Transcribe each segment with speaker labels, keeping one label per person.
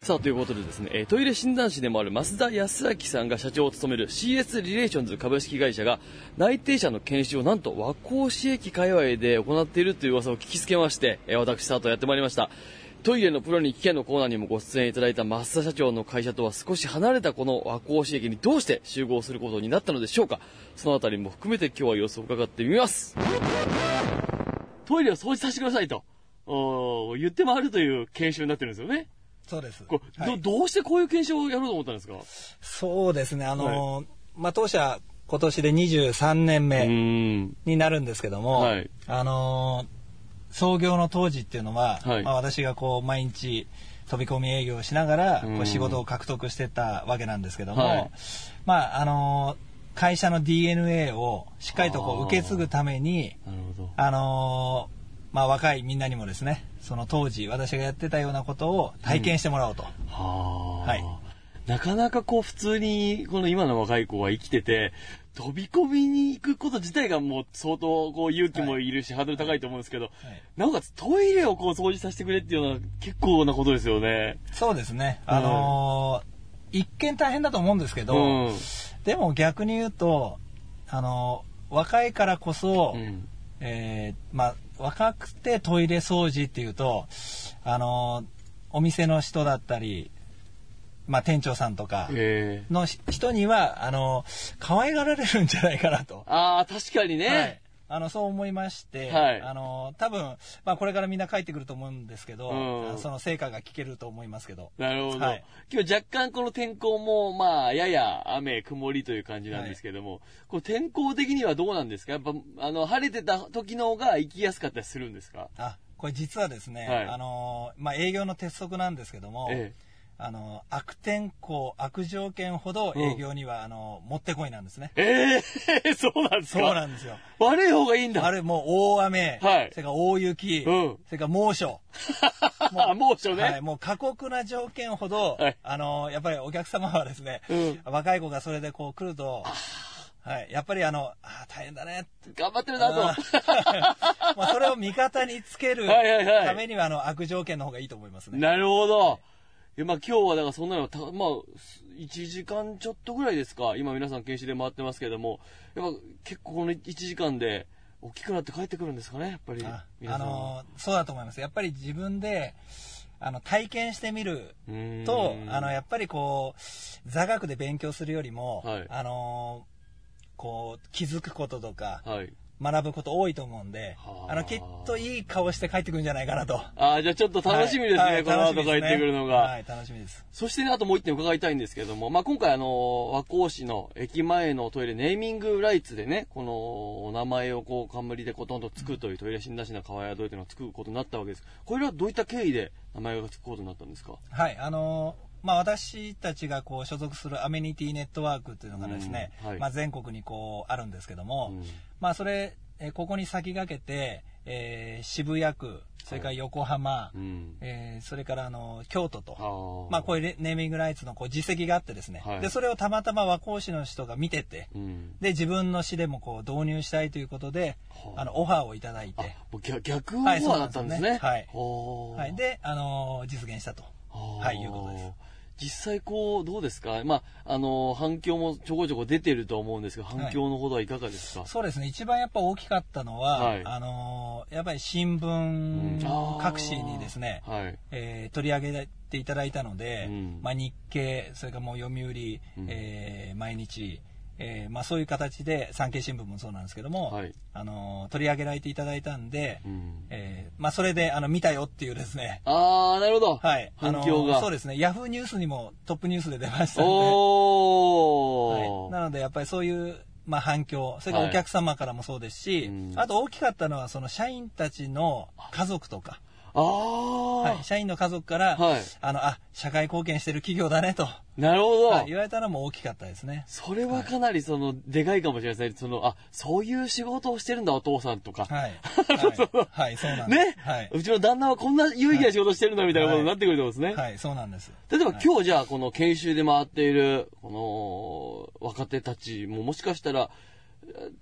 Speaker 1: さあ、ということでですね、えートイレ診断士でもある増田康明さんが社長を務める CS リレーションズ株式会社が内定者の研修をなんと和光市駅界隈で行っているという噂を聞きつけまして、えー私、佐藤やってまいりました。トイレのプロに聞けのコーナーにもご出演いただいた増田社長の会社とは少し離れたこの和光市駅にどうして集合することになったのでしょうかそのあたりも含めて今日は様子を伺ってみます。トイレを掃除させてくださいと、おー言って回るという研修になってるんですよね。
Speaker 2: そうです。
Speaker 1: こう
Speaker 2: はい
Speaker 1: どどうしてこういう検証をやろうと思ったんですか
Speaker 2: そうですね。あのー、まあ、当社、今年で23年
Speaker 1: う
Speaker 2: 目
Speaker 1: ーん
Speaker 2: になるんですけども、
Speaker 1: はい
Speaker 2: あのー創業の当時っていうのは、
Speaker 1: はい
Speaker 2: まあ、私がこう、毎日、飛び込み営業をしながら、
Speaker 1: うん
Speaker 2: こう仕事を獲得してたわけなんですけども、
Speaker 1: はい
Speaker 2: まあ、あのー会社の DNA をしっかりとこ
Speaker 1: あー
Speaker 2: う受け継ぐために、
Speaker 1: なるほど。
Speaker 2: あのーまあ、若いみんなにもですね、その当時私がやってたようなことを体験してもらおうと。
Speaker 1: はあ、
Speaker 2: はい
Speaker 1: なかなかこう普通にこの今の若い子は生きてて、飛び込みに行くこと自体がもう相当こう勇気もいるし、ハードル高いと思うんですけど、
Speaker 2: はい
Speaker 1: なおかつトイレをこう掃除させてくれっていうのは結構なことですよね。
Speaker 2: そうですね。
Speaker 1: うん
Speaker 2: あのー一見大変だと思うんですけど、
Speaker 1: うん。
Speaker 2: でも逆に言うと、あのー若いからこそ、
Speaker 1: うん
Speaker 2: えーまあ、若くてトイレ掃除っていうと、あのーお店の人だったり、まあ、店長さんとか
Speaker 1: ええ
Speaker 2: のし人には、あのー可愛がられるんじゃないかなと。
Speaker 1: ああ、確か
Speaker 2: は
Speaker 1: に
Speaker 2: い
Speaker 1: ね。
Speaker 2: あのそう思いまして、
Speaker 1: はい
Speaker 2: あの多分、まあ、これからみんな帰ってくると思うんですけど、
Speaker 1: うん
Speaker 2: あのその成果が聞けると思いますけど、
Speaker 1: なるほど、
Speaker 2: はい
Speaker 1: 今日若干この天候も、まあ、やや雨、曇りという感じなんですけども、こう天候的にはどうなんですかやっぱ、あの、晴れてた時の方が行きやすかったりするんですか
Speaker 2: あこれ実はですね、
Speaker 1: はい
Speaker 2: あのまあ、営業の鉄則なんですけども、
Speaker 1: え
Speaker 2: あの悪天候、悪条件ほど営業には、あのもってこいなんですね。
Speaker 1: え。ええ そうなんです
Speaker 2: そ
Speaker 1: か
Speaker 2: うなんですよ。
Speaker 1: 悪い方がいいんだ。
Speaker 2: あれもう大雨、
Speaker 1: はい
Speaker 2: それから大雪、
Speaker 1: うん
Speaker 2: それから猛暑、
Speaker 1: あ、猛暑ね。
Speaker 2: はい、もう過酷な条件ほど、
Speaker 1: はい
Speaker 2: あのやっぱりお客様はですね、
Speaker 1: うん
Speaker 2: 若い子がそれでこう来ると、はい、やっぱりあのあー大変だねって
Speaker 1: 頑張ってるなと。
Speaker 2: あー まあそれを味方につける
Speaker 1: はいはいはい
Speaker 2: ためにはあの悪条件の方がいいと思いますね。
Speaker 1: なるほど。えまあ、今日はだからそんなのた、まあ、1時間ちょっとぐらいですか、今皆さん研修で回ってますけども、やっぱ結構この1時間で大きくなって帰ってくるんですかね、やっぱり
Speaker 2: あ
Speaker 1: 皆
Speaker 2: あ
Speaker 1: さん
Speaker 2: の
Speaker 1: は。
Speaker 2: そうだと思います。やっぱり自分であの体験してみる
Speaker 1: うーん
Speaker 2: とあのやっぱりこう座学で勉強するよりも、
Speaker 1: はい
Speaker 2: あのこう気づくこととか
Speaker 1: はい。
Speaker 2: 学ぶこと多いと思うんで、
Speaker 1: はあ
Speaker 2: あのきっといい顔して帰ってくるんじゃないかなと。
Speaker 1: ああ、じゃあちょっと楽しみですね、
Speaker 2: はいはい
Speaker 1: この
Speaker 2: 楽し
Speaker 1: 後
Speaker 2: みで
Speaker 1: 帰
Speaker 2: すね
Speaker 1: ってくるのが。
Speaker 2: はい、楽しみです。
Speaker 1: そしてね、あともう一点伺いたいんですけれども、まあ、今回あの、和光市の駅前のトイレネーミングライツでね、このお名前をこう冠でこうどんどんつくというトイレ診断士の川やどいというのをつくことになったわけです。これはどういった経緯で名前がつくことになったんですか
Speaker 2: はい、あのーまあ、私たちがこう所属するアメニティネットワークというのがですね、
Speaker 1: うんはい
Speaker 2: まあ、全国にこうあるんですけども、
Speaker 1: うん
Speaker 2: まあ、それ、えーここに先駆けて、えー渋谷区、それから横浜、
Speaker 1: うん。
Speaker 2: えーそれからあの京都と、
Speaker 1: あ
Speaker 2: まあ、こ
Speaker 1: れ。
Speaker 2: ういうレネーミングライツのこう実績があってですね、
Speaker 1: はい
Speaker 2: でそれをたまたま和光市の人が見てて、
Speaker 1: うん。
Speaker 2: で自分の市でもこう導入したいということで、
Speaker 1: はあ
Speaker 2: あのオファーをいただい
Speaker 1: あ
Speaker 2: て、、
Speaker 1: もう逆逆オファーだったんですね。
Speaker 2: はい
Speaker 1: ほう
Speaker 2: はい、で、あのー実現したと。
Speaker 1: は
Speaker 2: はいいうことです。
Speaker 1: 実際こう、どうですかまあ、あの、反響もちょこちょこ出てると思うんですけど、反響のほどはいかがですか、
Speaker 2: そうですね一番やっぱ大きかったのは、
Speaker 1: はい
Speaker 2: あのーやっぱり新
Speaker 1: うんあ
Speaker 2: 聞
Speaker 1: ー
Speaker 2: 各紙にですね、
Speaker 1: はい。
Speaker 2: えー取り上げていただいたので、
Speaker 1: うん
Speaker 2: まあ、日経それからもう読売、
Speaker 1: うん
Speaker 2: えー毎日、えーまあ、そういう形で産経新聞もそうなんですけども、
Speaker 1: はい
Speaker 2: あのー取り上げられていただいたんで、
Speaker 1: うん
Speaker 2: えーまあ、それであの見たよっていうですね
Speaker 1: ああ、なるほど。
Speaker 2: はい、あの
Speaker 1: 反響が。
Speaker 2: そうですねヤフーニュースにもトップニュースで出ましたので、は
Speaker 1: お
Speaker 2: い
Speaker 1: ー。
Speaker 2: なのでやっぱりそういう、まあ、反響それからお客様からもそうですし、
Speaker 1: はいうん
Speaker 2: あと大きかったのはその社員たちの家族とか、
Speaker 1: ああ、
Speaker 2: はい、社員の家族から、
Speaker 1: はい
Speaker 2: あのあ社会貢献してる企業だねと、
Speaker 1: なるほど。
Speaker 2: はい言われたのも大きかったですね。
Speaker 1: それはかなりその、でかいかもしれないですね。その、あ、そういう仕事をしてるんだ、お父さんとか。
Speaker 2: はい。 はい、はい、そうなんです。
Speaker 1: ね、
Speaker 2: はい。
Speaker 1: うちの旦那はこんな有意義な仕事してるんだ、みたいなことになってくるってことですね。
Speaker 2: はい、そうなんです。
Speaker 1: 例えば今日じゃあこの研修で回っているこの若手たちももしかしたら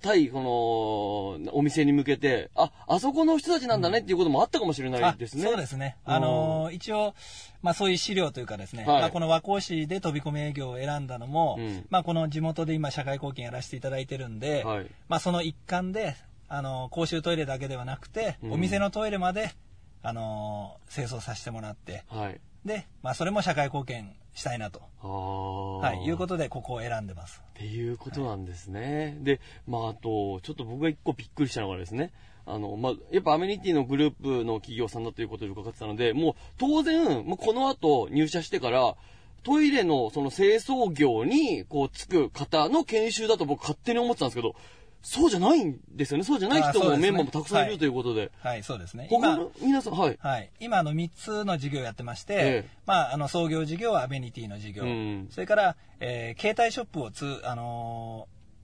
Speaker 1: 対、この、お店に向けて、あ、あそこの人たちなんだねっていうこともあったかもしれないですね。
Speaker 2: あそうですね。あのー一応、まあそういう資料というかですね、
Speaker 1: はい
Speaker 2: まあこの和光市で飛び込み営業を選んだのも、
Speaker 1: うん
Speaker 2: まあこの地元で今社会貢献やらせていただいてるんで、
Speaker 1: はい
Speaker 2: まあその一環で、あのー公衆トイレだけではなくて、
Speaker 1: うん
Speaker 2: お店のトイレまで、あのー清掃させてもらって、
Speaker 1: はい。
Speaker 2: で、まあそれも社会貢献したいなと、
Speaker 1: ああ。
Speaker 2: はい、いうことでここを選んでます。
Speaker 1: っていうことなんですね。で、まあ、あと、ちょっと僕が一個びっくりしたのがですね、あの、まあ、やっぱアメニティのグループの企業さんだということで伺ってたので、もう当然、もうこの後入社してから、トイレのその清掃業にこうつく方の研修だと僕勝手に思ってたんですけど、そうじゃないんですよね。そうじゃない
Speaker 2: あ
Speaker 1: 人
Speaker 2: そうで
Speaker 1: も
Speaker 2: すね
Speaker 1: メンバーもたくさんいるということで。
Speaker 2: はい、そうですね。
Speaker 1: 他の皆さん、はい。
Speaker 2: はい、今あの3つの事業やってまして、
Speaker 1: ええ
Speaker 2: まあ、あの創業事業はアベニティの事業、
Speaker 1: うん
Speaker 2: それから、えー携帯ショップをつ、あのー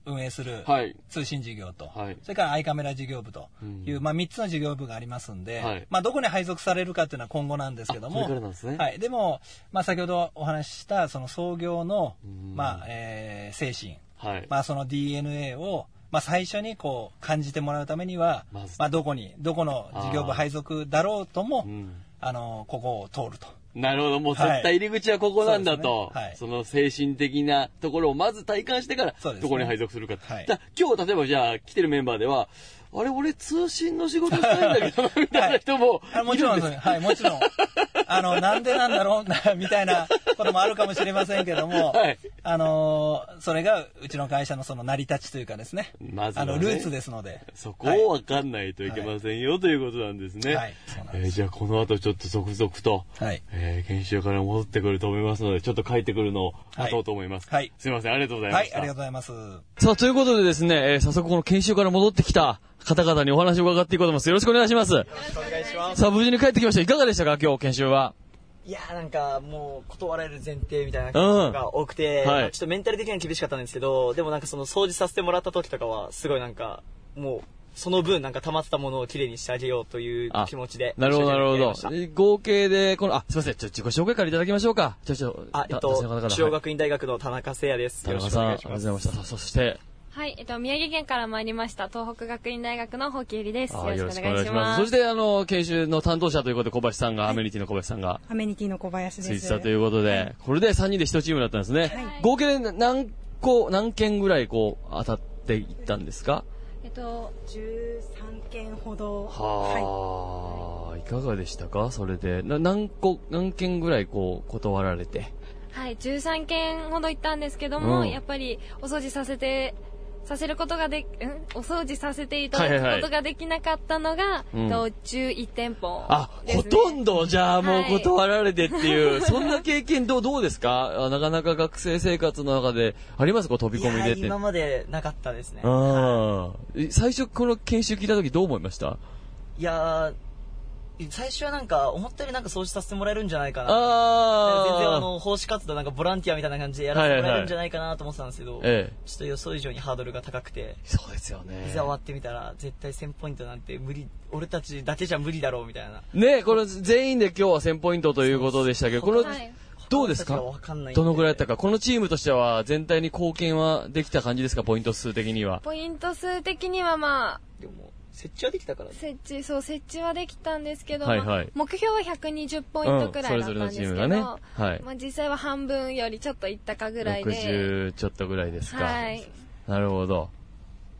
Speaker 2: 運営する
Speaker 1: はい
Speaker 2: 通信事業と、
Speaker 1: はい
Speaker 2: それからアイカメラ事業部という、
Speaker 1: うん
Speaker 2: まあ、3つの事業部がありますんで、
Speaker 1: はい
Speaker 2: まあ、どこに配属されるかっていうのは今後なんですけど
Speaker 1: あこ
Speaker 2: も
Speaker 1: れからなんですね
Speaker 2: はい、でも、まあ、先ほどお話ししたその創業の
Speaker 1: うん、
Speaker 2: まあえー精神、
Speaker 1: はい。
Speaker 2: まあ、その DNA を、まあ、最初にこう感じてもらうためには、
Speaker 1: ま
Speaker 2: ま
Speaker 1: ず
Speaker 2: あ、どこにどこの事業部配属だろうとも
Speaker 1: う
Speaker 2: あ、
Speaker 1: ん
Speaker 2: のここを通ると
Speaker 1: なるほど、もう絶対入り口はここなんだと、そ
Speaker 2: はいはい
Speaker 1: の精神的なところをまず体感してから、
Speaker 2: そうですね
Speaker 1: どこに配属するか。
Speaker 2: はい
Speaker 1: だ今日、例えばじゃあ来てるメンバーでは、あれ、俺通信の仕事したいんだけどな、みたいな人も
Speaker 2: あのも
Speaker 1: い
Speaker 2: ち
Speaker 1: る
Speaker 2: ろ
Speaker 1: ん
Speaker 2: ん
Speaker 1: です。
Speaker 2: そうはいもちろんあのなんでなんだろう なみたいなこともあるかもしれませんけども、
Speaker 1: はい
Speaker 2: あのそれがうちの会社のその成り立ちというかですね
Speaker 1: まずは
Speaker 2: あ
Speaker 1: ね
Speaker 2: のルーツですので
Speaker 1: そこを分かんないといけませんよ、ということなんですね。
Speaker 2: はいそうなん
Speaker 1: え
Speaker 2: です
Speaker 1: ーじゃあこの後ちょっと続々と、
Speaker 2: はい
Speaker 1: えー研修から戻ってくると思いますので、ちょっと帰ってくるのを待とうと思います。
Speaker 2: はい
Speaker 1: すいません、ありがとうございま
Speaker 2: はい
Speaker 1: し、た。
Speaker 2: ありがとうございます
Speaker 1: さあ、ということでですね、えー早速この研修から戻ってきた方々にお話を伺っていこうと思います。よろしくお願いします。
Speaker 3: お願いしま
Speaker 1: さあ、無事に帰ってきました。いかがでしたか、今日、研修は。
Speaker 3: す。いやーなんかもう断られる前提みたいなことが多くて、
Speaker 1: はい
Speaker 3: ちょっとメンタル的には厳しかったんですけど、でもなんかその掃除させてもらった時とかは、すごいなんか、もう、その分なんか溜まってたものをきれいにしてあげようという
Speaker 1: あ
Speaker 3: 気持ちで。
Speaker 1: なるほど、なるほ
Speaker 3: 一生懸命やりました
Speaker 1: ど。えー合計で、この、あ、すいません、ちょ、自己紹介からいただきましょうか。ちょ、ちょ、
Speaker 3: あ、えっ
Speaker 1: 男性の方から
Speaker 3: と、中央学院大学の田中誠也です。
Speaker 1: 田
Speaker 3: よろ
Speaker 1: 中
Speaker 3: しく
Speaker 1: さ
Speaker 3: お
Speaker 1: ん、あ
Speaker 3: 願
Speaker 1: り
Speaker 3: いし
Speaker 1: がとうご
Speaker 3: ます。
Speaker 1: ざいました。さあ、そして、
Speaker 4: はい、えっと、宮城県から参りました、東北学院大学のほうきゆりです。
Speaker 1: あ
Speaker 4: よろしくお願いしま
Speaker 1: そ
Speaker 4: す。
Speaker 1: し、て、あの、研修の担当者ということで、小橋さんが、アメニティの小橋さんが、
Speaker 5: アメニティの小林
Speaker 1: つ
Speaker 5: で
Speaker 1: いて
Speaker 5: す。
Speaker 1: たということで、これで3人で1チームだったんですね
Speaker 4: は。い
Speaker 1: 合計で何個、何件ぐらい、こう、当たっていったんですか
Speaker 4: えっと、
Speaker 5: 13件ほど。は。
Speaker 1: はあ、い、かがでしたかそれでな何個何件ぐらいこう断られて
Speaker 4: はい、13件ほど行ったんですけども、
Speaker 1: うん
Speaker 4: やっぱり、お掃除させて、させることがで、んお掃除させていただ
Speaker 1: はいはい
Speaker 4: くことができなかったのが、
Speaker 1: うん
Speaker 4: えっと11店舗
Speaker 1: あ、
Speaker 4: ですね、
Speaker 1: ほとんどじゃあもう
Speaker 4: はい
Speaker 1: 断られてっていう、そんな経験どうどうですかあなかなか学生生活の中でありますか飛び込み
Speaker 3: いや
Speaker 1: でっ
Speaker 3: ー
Speaker 1: て
Speaker 3: 今までなかったですね。
Speaker 1: あーえ最初この研修聞いた時どう思いました
Speaker 3: いやー最初はなんか、思ったよりなんか掃除させてもらえるんじゃないかな。
Speaker 1: あ
Speaker 3: 全然あ
Speaker 1: あ
Speaker 3: の、奉仕活動なんかボランティアみたいな感じでやらせてもらえるんじゃないかなと思ってたんですけど、
Speaker 1: ええ
Speaker 3: ちょっと予想以上にハードルが高くて、
Speaker 1: そうですよね
Speaker 3: いざ終わってみたら、絶対1000ポイントなんて無理、俺たちだけじゃ無理だろうみたいな。
Speaker 1: ねこれ全員で今日は1000ポイントということでしたけどこの、
Speaker 4: はい
Speaker 1: どうですか
Speaker 3: 他の人たちがわかんないんで
Speaker 1: どのぐらいやったかこのチームとしては全体に貢献はできた感じですかポイント数的には
Speaker 4: ポイント数的にはまあ、
Speaker 3: でも、設置はできたからね。
Speaker 4: 設置そう設置はできたんですけど、
Speaker 1: はいはい
Speaker 4: まあ目標は120ポイントくらいだったんですけど、
Speaker 1: うんそれぞれのチームがねはい
Speaker 4: まあ、実際は半分よりちょっといったかぐらいで、
Speaker 1: 60ちょっとぐらいですか、
Speaker 4: はい、
Speaker 1: なるほど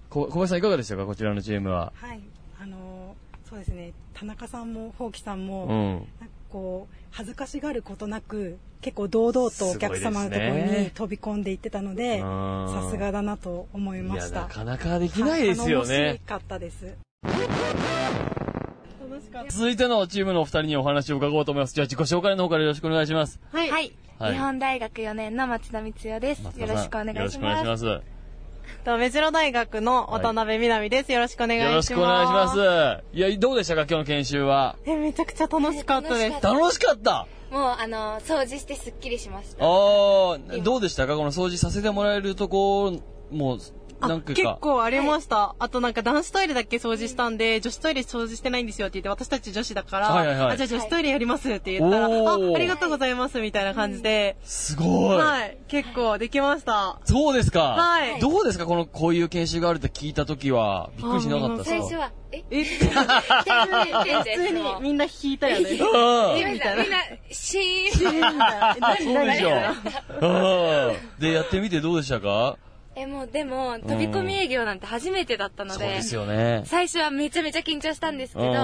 Speaker 1: こ小林さんいかがでしたかこちらのチームはい
Speaker 5: はい。あのー、そうですね。田中さんも、ほうきさんも、
Speaker 1: うん
Speaker 5: なんかこう、恥ずかしがることなく、結構堂々とお客様のところ
Speaker 1: すごいですね
Speaker 5: に飛び込んでいってたので、
Speaker 1: うん
Speaker 5: さすがだなと思い
Speaker 1: い
Speaker 5: ま
Speaker 1: や
Speaker 5: し
Speaker 1: な
Speaker 5: た。
Speaker 1: かなかできないですよ
Speaker 5: はい頼も
Speaker 1: ね
Speaker 5: しかったです。
Speaker 1: 続いてのチームのお二人にお話を伺おうと思いますじゃあ自己紹介の方からよろしくお願いします
Speaker 6: はい、
Speaker 1: はい
Speaker 6: 日本大学4年の松田光代です。よ
Speaker 1: 松田さん
Speaker 6: ろしくお願いし
Speaker 1: よろ
Speaker 6: ま
Speaker 1: し
Speaker 6: す。
Speaker 1: くお願いします
Speaker 7: と、目白大学の渡辺みなみです。よろしくお願いします。
Speaker 1: よろしくお願いしますいやどうでしたか今日の研修は
Speaker 7: え、めちゃくちゃ楽しかったです。
Speaker 1: 楽しかった
Speaker 6: もう、あの、掃除してすっきりしました。
Speaker 1: ああどうでしたかこの掃除させてもらえるとこも
Speaker 7: あ
Speaker 1: 何回
Speaker 7: 結
Speaker 1: か
Speaker 7: 構ありました、あとなんか男子トイレだけ掃除したんで、女子トイレ掃除してないんですよって言って、私たち女子だから、
Speaker 1: はいはいはい
Speaker 7: あじゃあ女子トイレやりますって言ったら、
Speaker 1: お
Speaker 7: あ
Speaker 1: ー
Speaker 7: ありがとうございますみたいな感じで、
Speaker 1: すごい、
Speaker 7: はい、結構できました。
Speaker 1: そうですか、
Speaker 7: はい
Speaker 1: どうですかこのこういう研修があるって聞いた時はびっくりしなかったですか
Speaker 6: 最初は、え
Speaker 7: え、
Speaker 6: 普
Speaker 7: 普通にみんな引いたよね。
Speaker 1: うん
Speaker 6: みんな、みんな、シーン。
Speaker 1: そうでしょうんでやってみてどうでしたか
Speaker 6: え、もうでも、飛び込み営業なんて初めてだったの
Speaker 1: そう
Speaker 6: で
Speaker 1: で、すよね
Speaker 6: 最初はめちゃめちゃ緊張したんですけど、
Speaker 1: うん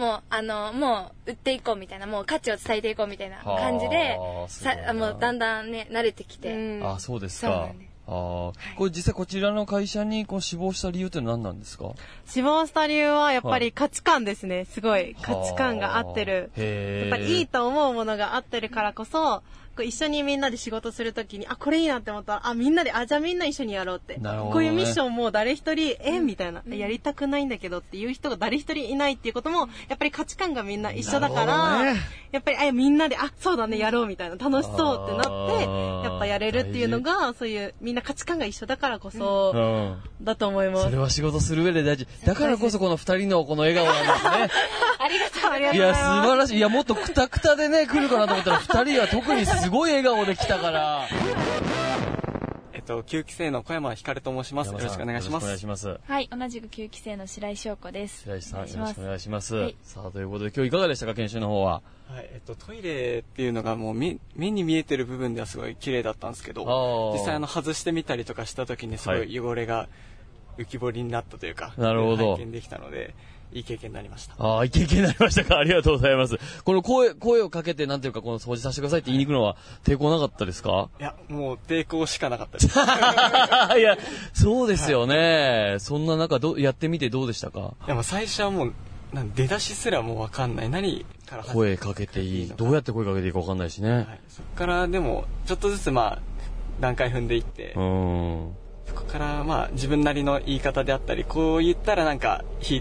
Speaker 6: もう、あの、もう、売っていこうみたいな、もう価値を伝えていこうみたいな感じで
Speaker 1: はあ、すご
Speaker 6: さ
Speaker 1: いな
Speaker 6: もうだんだんね、慣れてきて、
Speaker 1: あそうです
Speaker 6: そう
Speaker 1: か
Speaker 6: なんです
Speaker 1: あーこれ実際こちらの会社にこう志望した理由って何なんですか
Speaker 7: 死亡した理由はやっぱ
Speaker 1: はい
Speaker 7: り価値観ですね。すごい価値観が合ってる。
Speaker 1: へ
Speaker 7: や
Speaker 1: ー
Speaker 7: っぱりいいと思うものがあってるからこそ、こう一緒にみんなで仕事するときに、あ、これいいなって思ったら、あ、みんなで、あ、じゃあみんな一緒にやろうって。
Speaker 1: なるほどね
Speaker 7: こういうミッションも誰一人、えみたいな、やりたくないんだけどっていう人が誰一人いないっていうことも、やっぱり価値観がみんな一緒だから、
Speaker 1: なるほどね
Speaker 7: やっぱり、あ、みんなで、あ、そうだね、やろうみたいな、楽しそうってな
Speaker 1: あー
Speaker 7: って、やっぱやれるっていうのが、そういう、みんな価値観が一緒だからこ
Speaker 1: う
Speaker 7: そ、
Speaker 1: ん
Speaker 7: だと思います
Speaker 1: それ。は仕事する上で大事だからこそこの二人のこの笑顔なんですね
Speaker 6: ありがとうございます。
Speaker 7: ありがと
Speaker 1: い
Speaker 7: うござ
Speaker 1: や、素
Speaker 7: ます
Speaker 1: 晴らしい。いや、もっとくたくたでね、来るかなと思ったら、二人は特にすごい笑顔で来たから。
Speaker 8: えっと、9期生の小山光と申します。よろしくお願いしま
Speaker 1: よろ
Speaker 8: す。
Speaker 1: くお願いします。
Speaker 9: はい、同じく9期生の白井翔子です。
Speaker 1: 白石さん、よ
Speaker 9: お
Speaker 1: ろ
Speaker 9: 願
Speaker 1: し
Speaker 9: いし
Speaker 1: く
Speaker 9: ま
Speaker 1: お
Speaker 9: す
Speaker 1: 願いします。
Speaker 9: はい
Speaker 1: さあ、ということで、今日いかがでしたか、研修の方は。
Speaker 8: はい、えっと、トイレっていうのがもう目目に見えてる部分ではすごい綺麗だったんですけ
Speaker 1: あー
Speaker 8: ど、実際あの外してみたりとかした時にすごい汚れが浮き彫りになったというか、
Speaker 1: なるほど
Speaker 8: 拝見できたので、いい経験になりました。
Speaker 1: ああ、いけいけになりましたか。ありがとうございます。この声、声をかけて、なんていうか、この掃除させてくださいって言いに行くのは、抵抗なかったですか
Speaker 8: いや、もう抵抗しかなかったです。
Speaker 1: いや、そうですよね。 そんな中、どう、やってみてどうでしたか
Speaker 8: でも最初はもう、なん出だしすらもうわかんない。何から始め
Speaker 1: 声かけていい。どうやって声かけていいかわかんないしね。
Speaker 8: はい、そこからでも、ちょっとずつまあ、段階踏んでいって、
Speaker 1: うーん。
Speaker 8: そこからまあ自分なりの言い方であったりこう言ったらなんかひ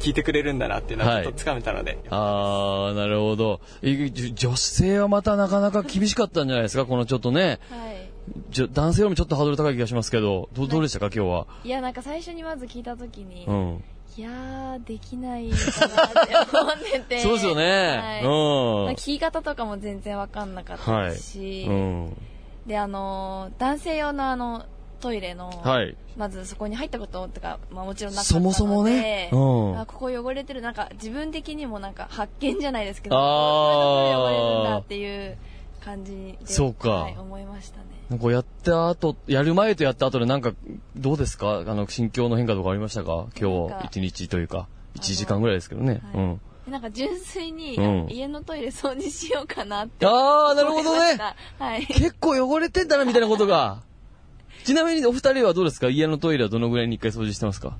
Speaker 8: 聞いてくれるんだなっていうの
Speaker 1: は
Speaker 8: はいちょっとつかめたので、
Speaker 1: ああ、なるほど。いじ女性はまたなかなか厳しかったんじゃないですか、このちょっとね。
Speaker 9: はい。
Speaker 1: じょ男性よりもちょっとハードル高い気がしますけど、どうどうでしたか、今日は。
Speaker 9: いや、なんか最初にまず聞いたときに、
Speaker 1: うん。
Speaker 9: いやー、できないかなって思ってて。
Speaker 1: そうですよ
Speaker 9: はい
Speaker 1: ね。
Speaker 9: まあ聞き方とかも全然わかんなかったですし、
Speaker 1: うん。うん。
Speaker 9: で、あのー、男性用のあの、トイレの、
Speaker 1: はい。
Speaker 9: まずそこに入ったこととか、まあもちろんなかった
Speaker 1: そ
Speaker 9: ので
Speaker 1: もそもね。うん。
Speaker 9: あここ汚れてるなんか自分的にもなんか発見じゃないですけど
Speaker 1: あー
Speaker 9: こういうところで汚れるんだっていう感じで
Speaker 1: そうか
Speaker 9: はい、思いましたね
Speaker 1: なんかやった後、やる前とやった後でなんか、どうですかあの、心境の変化とかありましたか今
Speaker 9: なんか
Speaker 1: 日、一日というか、
Speaker 9: の
Speaker 1: 一時間ぐらいですけどね。
Speaker 9: はい
Speaker 1: うん。
Speaker 9: なんか純粋に、
Speaker 1: うん
Speaker 9: 家のトイレ掃除しようかなって
Speaker 1: ああ、なる
Speaker 9: 思
Speaker 1: ほ
Speaker 9: い
Speaker 1: ど
Speaker 9: まし
Speaker 1: ね。
Speaker 9: た はい
Speaker 1: 結構汚れてんだな、みたいなこ とが。ちなみにお二人はどうですか家のトイレはどのぐらいに一回掃除してますか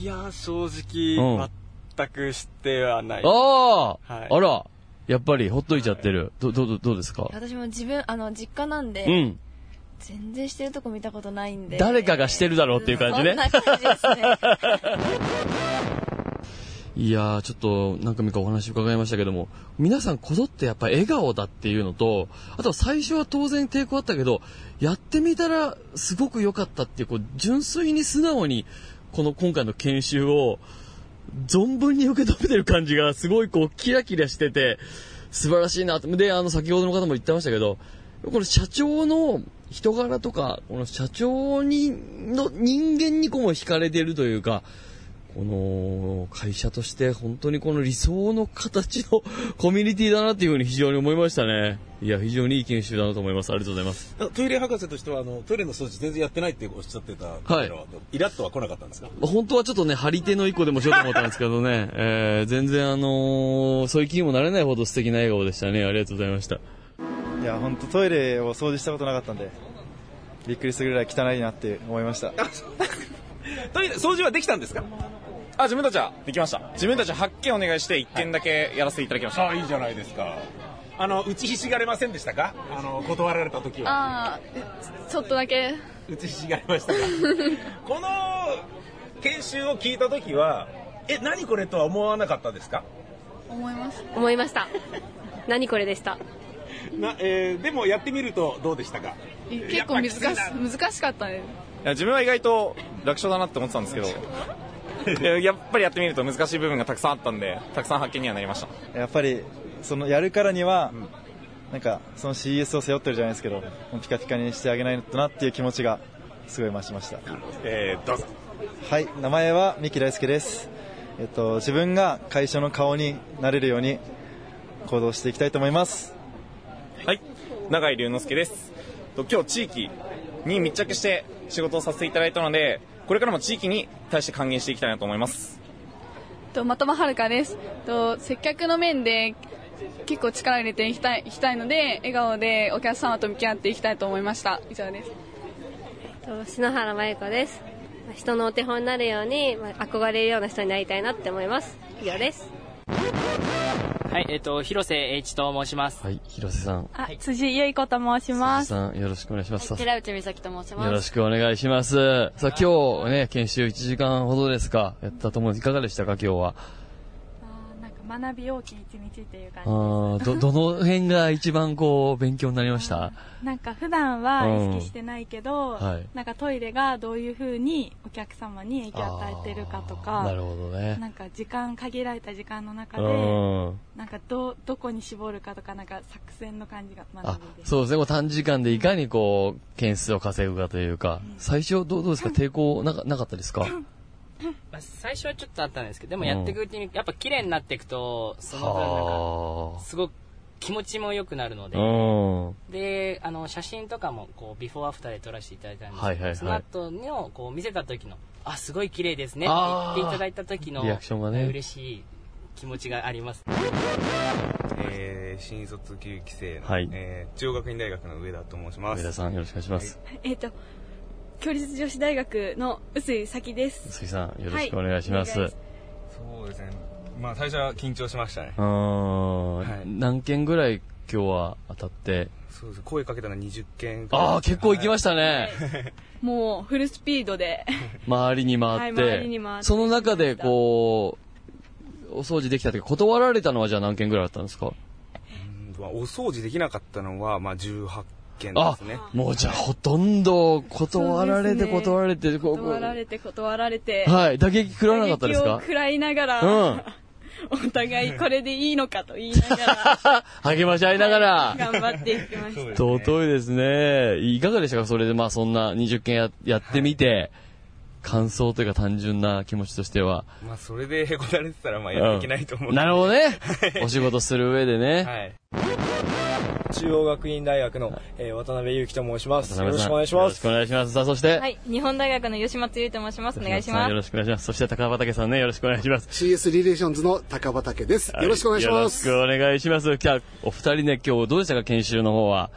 Speaker 8: いやー
Speaker 1: う
Speaker 8: 正直
Speaker 1: ん
Speaker 8: 全く知ってはない、
Speaker 1: ああ、
Speaker 8: はい
Speaker 1: あら、やっぱりほっといちゃってる。ど、ど、どどうですか
Speaker 9: 私も自分あの実家なんで、
Speaker 1: うん。
Speaker 9: 全然してるとこ見たことないんで
Speaker 1: 誰かがしてるだろうっていう感じね
Speaker 9: そん。な感じですね
Speaker 1: いやー、ちょっと何回もかお話伺いましたけども、皆さんこぞってやっぱ笑顔だっていうのと、あとは最初は当然抵抗あったけど、やってみたらすごく良かったっていう、こう、純粋に素直に、この今回の研修を、存分に受け止めてる感じがすごいこうキラキラしてて素晴らしいなとであの先ほどの方も言ってましたけどこの社長の人柄とかこの社長にの人間にこうも惹かれてるというかこの会社として本当にこの理想の形のコミュニティだなっていうふうに非常に思いましたねいや非常にいい研修だなと思いますありがとうございます
Speaker 10: トイレ博士としてはあのトイレの掃除全然やってないっておっしゃってた
Speaker 1: はい
Speaker 10: のイラッとは来なかったんですか
Speaker 1: 本当はちょっとね張り手の一個でもしようと思ったんですけどね、 えー全然あのーそういう気にもなれないほど素敵な笑顔でしたねありがとうございました
Speaker 11: いや本当トイレを掃除したことなかったんでびっくりするぐらい汚いなって思いました
Speaker 10: トイレ掃除はできたんですか
Speaker 12: あ、自分たちはできました。自分たち8件お願いして1件だけやらせていただきました。
Speaker 10: あいいじゃないですかあの打ちひしがれませんでしたかあの断られた時は
Speaker 9: ああちょっとだけ
Speaker 10: 打ちひしがれましたか この研修を聞いた時はえ何これとは思わなかったですか
Speaker 4: 思いました何これでした
Speaker 10: な、えーでもやってみるとどうでしたか
Speaker 9: 難し難しかったね
Speaker 12: いや自分は意外と楽勝だなって思ってたんですけどいややっぱりやってみると難しい部分がたくさんあったんでたくさん発見にはなりました
Speaker 11: やっぱりそのやるからには、なんかその CS を背負ってるじゃないですけど、もうピカピカにしてあげないとなっていう気持ちがすごい増しました。
Speaker 12: えー、どうぞ
Speaker 11: はい、名前は三木大輔です。えっと自分が会社の顔になれるように行動していきたいと思います。
Speaker 12: はい、永井龍之介です。と今日地域に密着して仕事をさせていただいたので、これからも地域に対して還元していきたいなと思います。
Speaker 13: とまとまはるかですと接客の面で結構力を入れていきたいいきたいので笑顔でお客様と向き合っていきたいと思いました以上です
Speaker 14: と篠原真由子ですまあ人のお手本になるように、まあ憧れるような人になりたいなって思います以上です
Speaker 15: はい、えっ、と、広瀬栄一と申します。
Speaker 1: はい、広瀬さん。
Speaker 16: あ、辻由衣子と申し
Speaker 1: 広
Speaker 16: ま
Speaker 1: 瀬
Speaker 16: す。
Speaker 1: さん、よろしくお願いします。
Speaker 16: 寺内美咲と申します。
Speaker 1: よろしくお願いします。さあ、今日ね、研修1時間ほどですか、やったと思うんです。いかがでしたか、今日は。
Speaker 16: なんか学び大きい一日っていう感
Speaker 1: あ
Speaker 16: じです。
Speaker 1: ーど、どの辺が一番こう、勉強になりました
Speaker 16: なんか普段は意識してないけど、
Speaker 1: うんはい
Speaker 16: なんかトイレがどういうふうにお客様に影響を与えてるかと
Speaker 1: あ
Speaker 16: か、
Speaker 1: ーなるほどね
Speaker 16: なんか時間、限られた時間の中で、
Speaker 1: うん
Speaker 16: なんかど、どこに絞るかとか、なんか作戦の感じが学
Speaker 1: あ
Speaker 16: びです。
Speaker 1: そうですね、こう短時間でいかにこう、件数を稼ぐかというか、最初どうどうですか、抵抗なかなかったですか
Speaker 15: まあ最初はちょっとあったんですけど、でもやっていくうちに、やっぱ綺麗になっていくと、その分なん
Speaker 1: はあ
Speaker 15: か、すごく気持ちも良くなるので、
Speaker 1: う
Speaker 15: で、あの、写真とかも、こう、ビフォーアフターで撮らせていただいたんですけど、
Speaker 1: はいはいはい
Speaker 15: その後の、こう、見せた時の、あ、すごい綺麗ですねって言っていただいた時の、
Speaker 1: リアクションがね
Speaker 15: 嬉しい気持ちがあります。
Speaker 17: えー新卒9期生の、
Speaker 1: はい
Speaker 17: えー中央学院大学の上田と申します
Speaker 1: 上田さんよろしくお願いします
Speaker 17: は
Speaker 18: えっ、と、共立女子大学の臼井咲です。
Speaker 1: 鈴木さんよろしくお願いします、
Speaker 18: はいお願いし
Speaker 17: そうですねまあ最初は緊張しましたね
Speaker 1: うーん、何件ぐらい今日は当たって
Speaker 17: そうです声かけたのは20件くらい
Speaker 1: ああ結構行きましたね、
Speaker 18: もうフルスピードで。
Speaker 1: 周りに回って,、
Speaker 18: はい周りに回って
Speaker 1: その中でこうお掃除できたというか断られたのはじゃあ何件ぐらいあったんですか
Speaker 17: まあお掃除できなかったのは、まあ、18件で
Speaker 1: あ
Speaker 17: すね
Speaker 1: もうじゃあほとんど断られ
Speaker 18: そ
Speaker 1: て
Speaker 18: うですね
Speaker 1: 断られて、こうこ
Speaker 18: 断ら
Speaker 1: う
Speaker 18: れて断られて。
Speaker 1: はい打撃食らわなかったです
Speaker 18: 打撃を
Speaker 1: か
Speaker 18: 食らいながら、
Speaker 1: うん
Speaker 18: お互いこれでいいのかと言いながら
Speaker 1: 励 まし合いながら
Speaker 18: 頑張っていきました。
Speaker 1: 尊いですね。いかがでしたかそれでまあそんな20件ややってみて、感想というか単純な気持ちとしては。
Speaker 17: まあそれでへこたれてたらまあやっていけないと思う、
Speaker 1: んなるほどね。お仕事する上でね。
Speaker 19: 中央学院大学の、えー渡辺裕樹と申します。
Speaker 1: 渡
Speaker 19: よ
Speaker 1: 辺
Speaker 19: ろし
Speaker 1: さ
Speaker 19: く
Speaker 1: ん
Speaker 19: お願いしま
Speaker 1: よろしくお願いします。さあそして、
Speaker 9: はい、日本大学の吉松優と申します。お願いし
Speaker 1: さあ
Speaker 9: ます
Speaker 1: よ。ろしくお願いします。そして高畑さんね、よろしくお願いします。
Speaker 20: CS リレーションズの高畑です。よろしくお願いします。
Speaker 1: よろしくお願いします。じゃあ、お二人ね、今日どうでしたか研修の方は。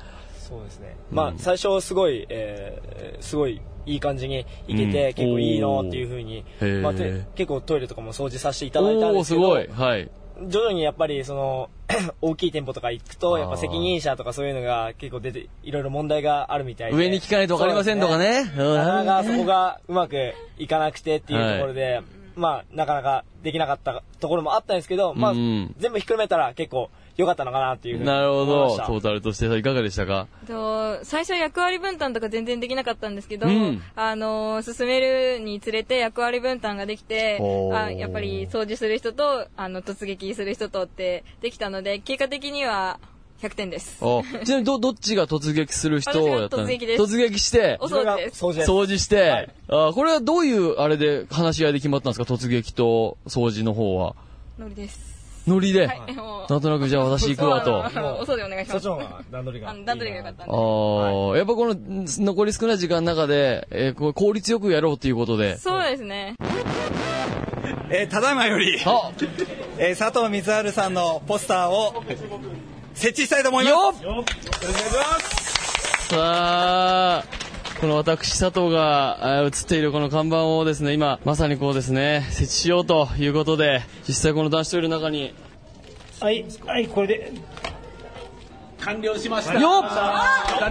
Speaker 19: そうですね。まあ、最初すごい、えーすごいいい感じに行けて、
Speaker 1: うん
Speaker 19: 結構いいなっていうふうに
Speaker 1: おーへー、
Speaker 19: まあて結構トイレとかも掃除させていただいたん
Speaker 1: お
Speaker 19: で
Speaker 1: ー、
Speaker 19: す
Speaker 1: す
Speaker 19: けど、
Speaker 1: ごい。はい。
Speaker 19: 徐々にやっぱりその 大きい店舗とか行く
Speaker 1: あ
Speaker 19: と
Speaker 1: ー
Speaker 19: やっぱ責任者とかそういうのが結構出ていろいろ問題があるみたいで
Speaker 1: 上に聞かないと分かりませんとか
Speaker 19: そう
Speaker 1: ね
Speaker 19: です
Speaker 1: うん
Speaker 19: なかなかそこがうまくいかなくてっていうところで、まあなかなかできなかったところもあったんですけど、まあ
Speaker 1: うん
Speaker 19: 全部ひっくるめたら結構良かったのかなっていうふうに
Speaker 1: なるほ
Speaker 19: 思いま
Speaker 1: ど。
Speaker 19: し
Speaker 1: ト
Speaker 19: た
Speaker 1: ータルとしていかがでしたか
Speaker 9: と最初役割分担とか全然できなかったんですけど、
Speaker 1: うん
Speaker 9: あの進めるにつれて役割分担ができて
Speaker 1: ほう
Speaker 9: あやっぱり掃除する人とあの突撃する人とってできたので結果的には100点です
Speaker 1: おちなみにど、どっちが突撃する人をやったの
Speaker 9: 私が突撃です
Speaker 1: 突撃して、
Speaker 9: お掃除です
Speaker 1: 掃除して、あこれはどういうあれで話し合いで決まったんですか突撃と掃除の方は。
Speaker 9: ノリです
Speaker 1: ノリで、
Speaker 9: はいもう
Speaker 1: なんとなくじゃあ私行くわと。あ
Speaker 9: そうあのお掃除お願いします
Speaker 19: そっちの方が段取りが
Speaker 9: あの段取りが良かったんで
Speaker 1: あ、やっぱこのん残り少ない時間の中で、えーこう効率よくやろうということで。
Speaker 9: そうですね
Speaker 21: えーただいまより、えー佐藤光晴さんのポスターを設置したいと思います。よっ
Speaker 1: さあ、この私佐藤があー映っているこの看板をですね、今まさにこうですね、設置しようということで、実際この男子トイレの中に、
Speaker 22: はい、はい、これで。
Speaker 10: 完了しました
Speaker 1: よっ
Speaker 10: 完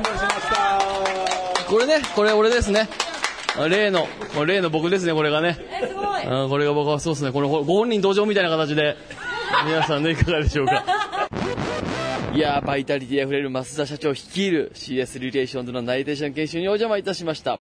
Speaker 10: 了しました
Speaker 1: これね、これ俺ですね。あ例の、これ例の僕ですね、これがね。うん、これが僕はそうですね、このごご本人登場みたいな形で、皆さんね、いかがでしょうか。いやー、バイタリティ溢れる増田社長率いる CS リレーションズの内定者の研修にお邪魔いたしました。